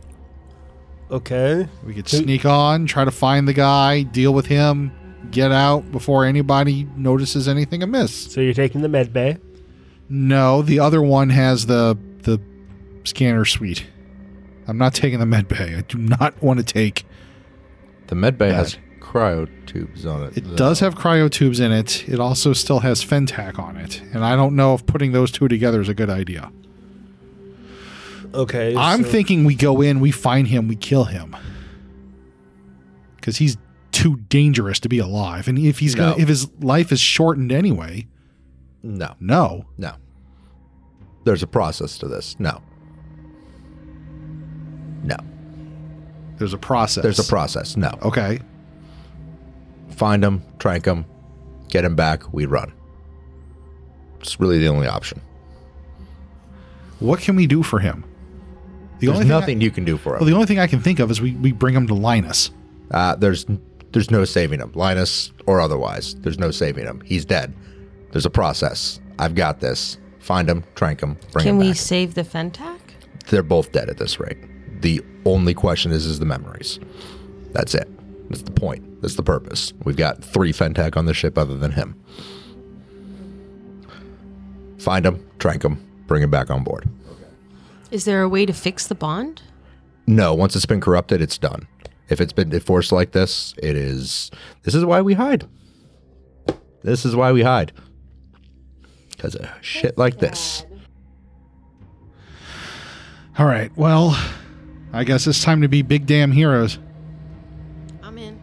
Speaker 10: Okay.
Speaker 6: We could sneak on, try to find the guy, deal with him, get out before anybody notices anything amiss.
Speaker 10: So you're taking the med bay.
Speaker 6: No, the other one has the the scanner suite. I'm not taking the med bay. I do not want to take.
Speaker 9: The medbay has
Speaker 6: Bad.
Speaker 9: cryo tubes on it.
Speaker 6: It
Speaker 9: though.
Speaker 6: does have cryo tubes in it. It also still has Fentac on it, and I don't know if putting those two together is a good idea.
Speaker 10: Okay.
Speaker 6: I'm
Speaker 10: so-
Speaker 6: thinking we go in, we find him, we kill him. Cuz he's too dangerous to be alive. And if he's going
Speaker 9: No.
Speaker 6: to if his life is shortened anyway,
Speaker 9: no,
Speaker 6: no.
Speaker 9: no. There's a process to this. No, no.
Speaker 6: There's a process.
Speaker 9: There's a process. No.
Speaker 6: Okay.
Speaker 9: find him, trank him, get him back, we run. It's really the only option.
Speaker 6: What can we do for him? The
Speaker 9: there's
Speaker 6: only thing I-
Speaker 9: nothing you can do for him.
Speaker 6: well, the only thing I can think of is we, we bring him to Linus.
Speaker 9: uh, there's there's no saving him, Linus or otherwise. There's no saving him. He's dead. There's a process. I've got this. Find him, trank him, bring
Speaker 2: Can
Speaker 9: him
Speaker 2: we
Speaker 9: back.
Speaker 2: save the Fentac?
Speaker 9: They're both dead at this rate. The only question is is the memories. That's it. That's the point. That's the purpose. We've got three Fentac on the ship other than him. Find him, trank him, bring him back on board.
Speaker 2: Is there a way to fix the bond?
Speaker 9: No, once it's been corrupted, it's done. If it's been enforced like this, it is. This is why we hide. This is why we hide. Because of shit like this.
Speaker 6: All right. Well, I guess it's time to be big damn heroes.
Speaker 2: I'm in.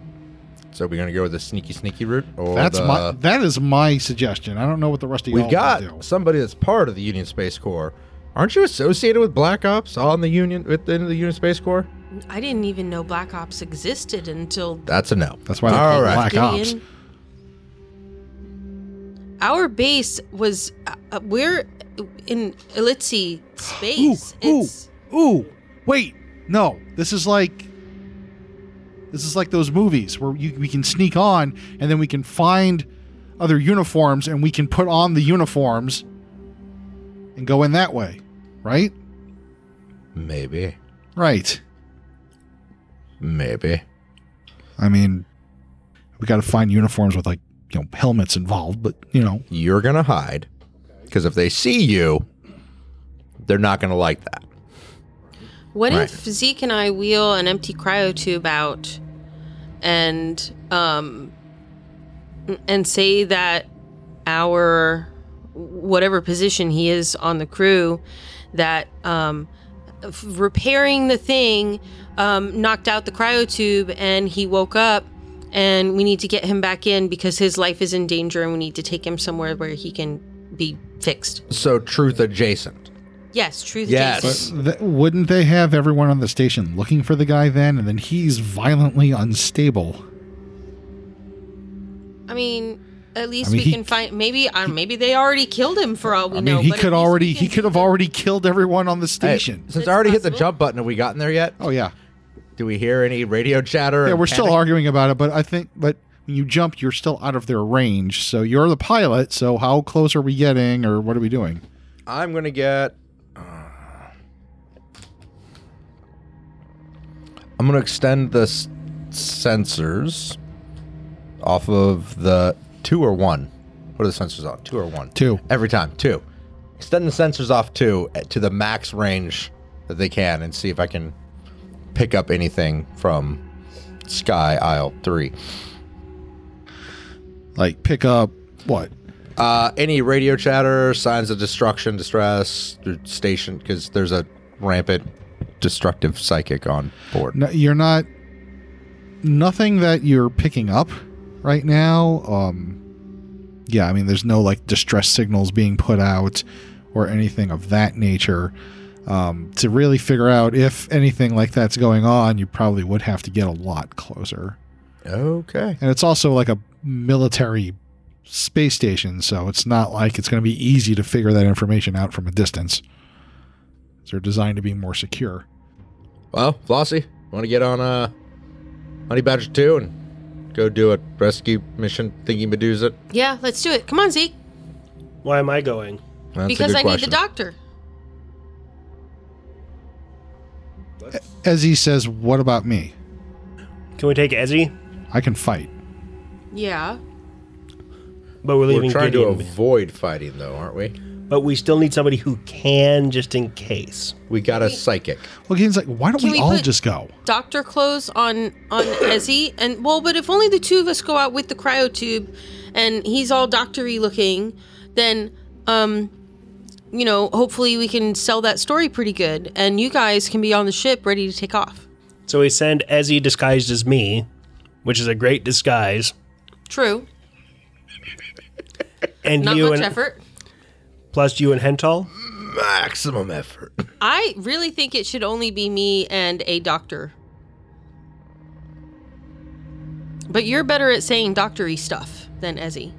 Speaker 9: So we're gonna go with the sneaky sneaky route, or
Speaker 6: That's
Speaker 9: the-
Speaker 6: my that is my suggestion. I don't know what the rest of y'all
Speaker 9: We've
Speaker 6: will do.
Speaker 9: got somebody that's part of the Union Space Corps. Aren't you associated with Black Ops on the Union within the Union Space Corps?
Speaker 2: I didn't even know Black Ops existed until
Speaker 9: That's a no.
Speaker 6: That's why they're
Speaker 9: All
Speaker 6: called
Speaker 9: right.
Speaker 6: Black Ops.
Speaker 2: Our base was uh, uh, we're in Elitzi
Speaker 6: Ooh,
Speaker 2: space.
Speaker 6: ooh,
Speaker 2: It's
Speaker 6: ooh! Wait, no. This is like this is like those movies where you, we can sneak on and then we can find other uniforms and we can put on the uniforms and go in that way, right?
Speaker 9: Maybe.
Speaker 6: Right.
Speaker 9: Maybe.
Speaker 6: I mean, we got to find uniforms with like you know helmets involved, but you know,
Speaker 9: You're gonna hide. Because if they see you, they're not gonna like that.
Speaker 2: what
Speaker 9: Right.
Speaker 2: if Zeke and I wheel an empty cryo tube out and um and say that our whatever position he is on the crew that um f- repairing the thing um knocked out the cryo tube and he woke up and we need to get him back in because his life is in danger and we need to take him somewhere where he can be fixed.
Speaker 9: So truth adjacent.
Speaker 2: Yes, truth
Speaker 9: Yes.
Speaker 2: Jason.
Speaker 6: Th- wouldn't they have everyone on the station looking for the guy then, and then he's violently unstable?
Speaker 2: I mean, at least
Speaker 6: I mean,
Speaker 2: we
Speaker 6: he-
Speaker 2: can find. Maybe I don't, maybe they already killed him for all we
Speaker 6: I mean,
Speaker 2: know.
Speaker 6: he
Speaker 2: but at
Speaker 6: could
Speaker 2: least we
Speaker 6: already he
Speaker 2: can-
Speaker 6: could have already killed everyone on the
Speaker 9: Hey,
Speaker 6: station.
Speaker 9: since I already hit the jump button, have we gotten there yet?
Speaker 6: Oh yeah,
Speaker 9: Do we hear any radio chatter?
Speaker 6: yeah.
Speaker 9: and
Speaker 6: We're still
Speaker 9: panic?
Speaker 6: arguing about it, but I think but when you jump, you're still out of their range. So you're the pilot. So how close are we getting, or what are we doing?
Speaker 9: I'm gonna get. uh, I'm gonna extend the s- sensors off of the two or one. What are the sensors on? Two or one?
Speaker 6: Two.
Speaker 9: Every time, two. Extend the sensors off two eh, to the max range that they can, and see if I can pick up anything from Sky Aisle Three.
Speaker 6: Like pick up what?
Speaker 9: Uh, any radio chatter, signs of destruction, distress, or station, because there's a rampant destructive psychic on board.
Speaker 6: No, you're not. Nothing that you're picking up right now. Um, yeah, I mean, there's no like distress signals being put out or anything of that nature. Um, to really figure out if anything like that's going on, you probably would have to get a lot closer.
Speaker 9: Okay.
Speaker 6: And it's also like a military space station, so it's not like it's going to be easy to figure that information out from a distance. They're designed to be more secure.
Speaker 9: Well, Flossie, want to get on uh, Honey Badger 2 and go do a rescue mission thingy Medusa?
Speaker 2: Yeah, let's do it. Come on, Zeke,
Speaker 10: Why am I going?
Speaker 9: That's a
Speaker 2: because
Speaker 9: good
Speaker 2: I
Speaker 9: question.
Speaker 2: need the doctor.
Speaker 6: Ezzy says, "What about me?
Speaker 10: Can we take Ezzy?
Speaker 6: I can fight."
Speaker 2: Yeah.
Speaker 10: But we're
Speaker 9: We're
Speaker 10: leaving
Speaker 9: trying to
Speaker 10: Gideon.
Speaker 9: avoid fighting, though, aren't we?
Speaker 10: but we still need somebody who can, just in case.
Speaker 9: We got a psychic.
Speaker 6: Well, Gideon's like, why don't
Speaker 2: Can
Speaker 6: we,
Speaker 2: we
Speaker 6: all
Speaker 2: put-
Speaker 6: just go?
Speaker 2: Doctor clothes on on <coughs> Ezzy, and well, but if only the two of us go out with the cryo tube, and he's all doctory looking, then um, you know, hopefully we can sell that story pretty good, and you guys can be on the ship ready to take off.
Speaker 10: So we send Ezzy disguised as me, which is a great disguise.
Speaker 2: True.
Speaker 10: And
Speaker 2: Not
Speaker 10: you
Speaker 2: much
Speaker 10: and
Speaker 2: effort.
Speaker 10: plus you and Hental.
Speaker 9: Maximum effort.
Speaker 2: I really think it should only be me and a doctor. But you're better at saying doctory stuff than Ezzy.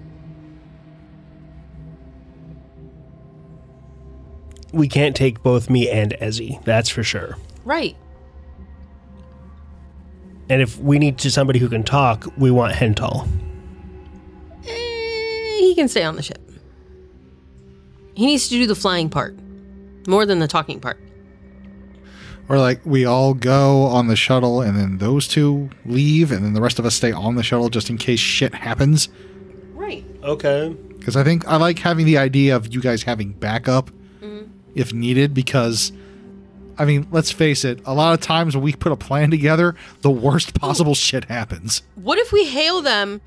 Speaker 10: We can't take both me and Ezzy. That's for sure.
Speaker 2: Right.
Speaker 10: And if we need to somebody who can talk, we want Hental.
Speaker 2: Eh, he can stay on the ship. He needs to do the flying part more than the talking part.
Speaker 6: Or like we all go on the shuttle and then those two leave and then the rest of us stay on the shuttle just in case shit happens.
Speaker 2: Right.
Speaker 10: Okay.
Speaker 6: Because I think I like having the idea of you guys having backup
Speaker 2: Mm-hmm.
Speaker 6: if needed because I mean, let's face it, a lot of times when we put a plan together, the worst possible shit happens.
Speaker 2: What if we hail them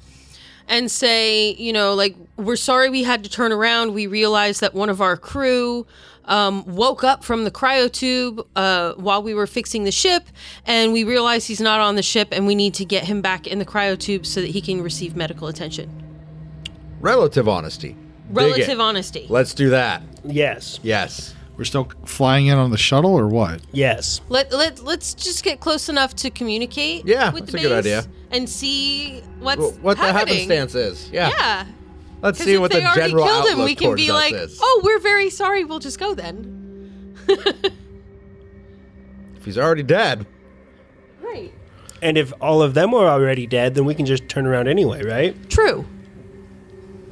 Speaker 2: and say, you know, like, we're sorry we had to turn around. We realized that one of our crew um, woke up from the cryotube uh, while we were fixing the ship, and we realized he's not on the ship, and we need to get him back in the cryotube so that he can receive medical attention.
Speaker 9: <coughs> Relative honesty. Dig it.
Speaker 2: Relative honesty.
Speaker 9: Let's do that.
Speaker 10: Yes.
Speaker 9: Yes.
Speaker 6: We're still flying in on the shuttle or what?
Speaker 10: Yes.
Speaker 2: Let, let, let's just get close enough to communicate
Speaker 9: Yeah,
Speaker 2: with the base
Speaker 9: that's a good idea.
Speaker 2: and see what's
Speaker 9: Wh- what
Speaker 2: happening.
Speaker 9: the happenstance is. Yeah.
Speaker 2: Yeah.
Speaker 9: Let's
Speaker 2: 'Cause
Speaker 9: see
Speaker 2: if
Speaker 9: what
Speaker 2: they
Speaker 9: the
Speaker 2: already
Speaker 9: general
Speaker 2: killed
Speaker 9: outlook
Speaker 2: him, we can
Speaker 9: towards
Speaker 2: be
Speaker 9: us
Speaker 2: like,
Speaker 9: is.
Speaker 2: "Oh, we're very sorry. We'll just go then."
Speaker 9: If he's already dead,
Speaker 2: Right.
Speaker 10: And if all of them were already dead, then we can just turn around anyway, right?
Speaker 2: True.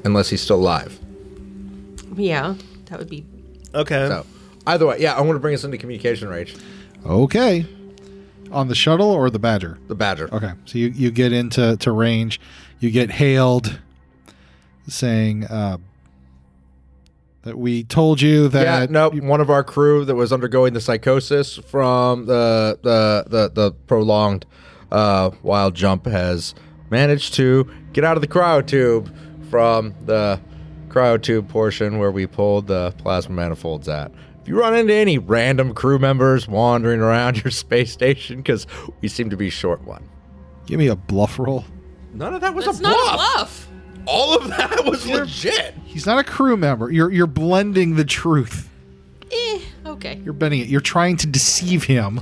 Speaker 9: unless he's still alive.
Speaker 2: Yeah, that would be
Speaker 10: Okay.
Speaker 9: So, either way, yeah, I want to bring us into communication range.
Speaker 6: Okay. On the shuttle or the Badger?
Speaker 9: The Badger.
Speaker 6: Okay. So you, you get into to range. You get hailed saying uh, that we told you
Speaker 9: yeah,
Speaker 6: that.
Speaker 9: no, one of our crew that was undergoing the psychosis from the the the, the prolonged uh, wild jump has managed to get out of the cryotube from the cryotube portion where we pulled the plasma manifolds at. If you run into any random crew members wandering around your <laughs> space station, because we seem to be short one.
Speaker 6: Give me a bluff roll.
Speaker 9: None of that was
Speaker 2: That's
Speaker 9: a
Speaker 2: not
Speaker 9: bluff.
Speaker 2: a bluff.
Speaker 9: All of that was legit.
Speaker 6: He's not a crew member. You're you're blending the truth.
Speaker 2: Eh, okay.
Speaker 6: You're bending it. You're trying to deceive him.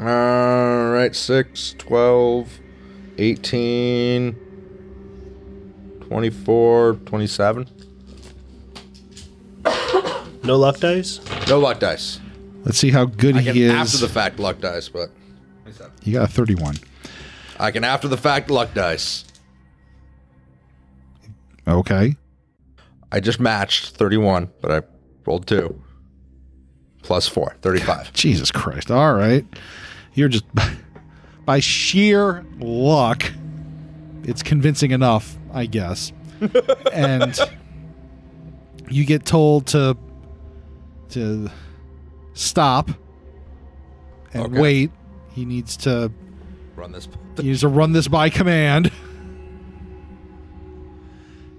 Speaker 9: All right, 6, 12, 18, 24, 27.
Speaker 10: No luck dice?
Speaker 9: No luck dice.
Speaker 6: Let's see how good
Speaker 9: I can
Speaker 6: he is.
Speaker 9: after the fact luck dice, but
Speaker 6: you got a 31.
Speaker 9: I can after the fact luck dice.
Speaker 6: Okay.
Speaker 9: I just matched 31, but I rolled 2. Plus 4, 35.
Speaker 6: Jesus Christ. All right. You're just <laughs> by sheer luck. It's convincing enough, I guess. and you get told to to stop and
Speaker 9: Okay.
Speaker 6: wait. He needs to
Speaker 9: Run this. <laughs>
Speaker 6: he needs to run this by command.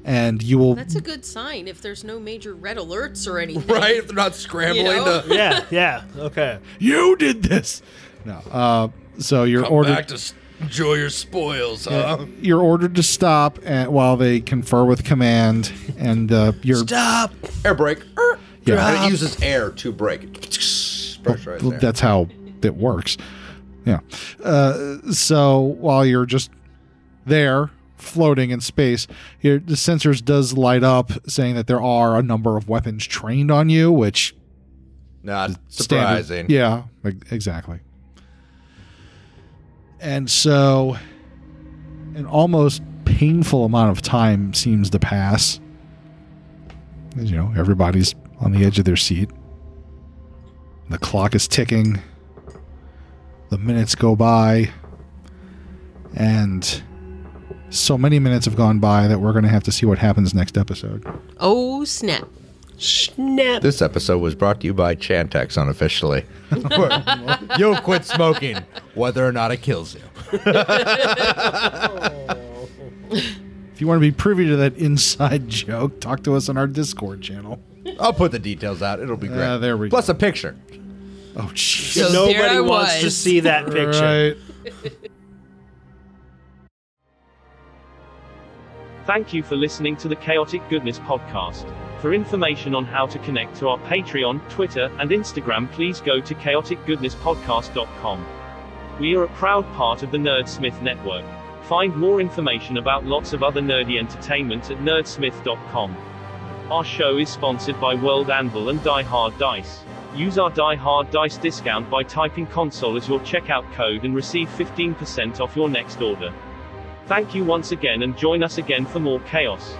Speaker 6: And you will
Speaker 2: That's a good sign if there's no major red alerts or anything.
Speaker 9: Right? If they're not scrambling
Speaker 2: You know?
Speaker 9: to
Speaker 10: yeah, yeah. Okay.
Speaker 6: You did this. No. Uh so you're
Speaker 9: come
Speaker 6: ordered
Speaker 9: back to s- enjoy your spoils, huh?
Speaker 6: Um, you're ordered to stop and while they confer with command and uh, you're
Speaker 9: Stop. Air brake. Er,
Speaker 6: Yeah.
Speaker 9: And it uses air to brake. <laughs> Pressurized air.
Speaker 6: that's how it works yeah uh, so while you're just there floating in space your the sensors does light up saying that there are a number of weapons trained on you which
Speaker 9: Not
Speaker 6: standard-
Speaker 9: surprising.
Speaker 6: yeah ex- exactly and so an almost painful amount of time seems to pass As you know everybody's on the edge of their seat the clock is ticking the minutes go by and so many minutes have gone by that we're going to have to see what happens next episode
Speaker 2: <laughs> Oh snap!
Speaker 10: Snap.
Speaker 9: This episode was brought to you by Chantex
Speaker 6: <laughs>
Speaker 9: unofficially. You'll quit smoking, whether or not it kills you.
Speaker 6: if you want to be privy to that inside <laughs> joke talk to us on our discord channel
Speaker 9: I'll put the details out. It'll be great.
Speaker 6: Ah, there we
Speaker 9: Plus a picture.
Speaker 6: oh jeez
Speaker 2: So
Speaker 10: Nobody
Speaker 2: there I
Speaker 10: wants to
Speaker 2: was.
Speaker 10: see that picture.
Speaker 6: Right.
Speaker 11: Thank you for listening to the Chaotic Goodness Podcast. For information on how to connect to our Patreon, Twitter, and Instagram, please go to chaoticgoodnesspodcast.com. We are a proud part of the Nerdsmith Network. Find more information about lots of other nerdy entertainment at nerdsmith.com. Our show is sponsored by World Anvil and Die Hard Dice. Use our Die Hard Dice discount by typing console as your checkout code and receive 15% off your next order. Thank you once again and join us again for more chaos.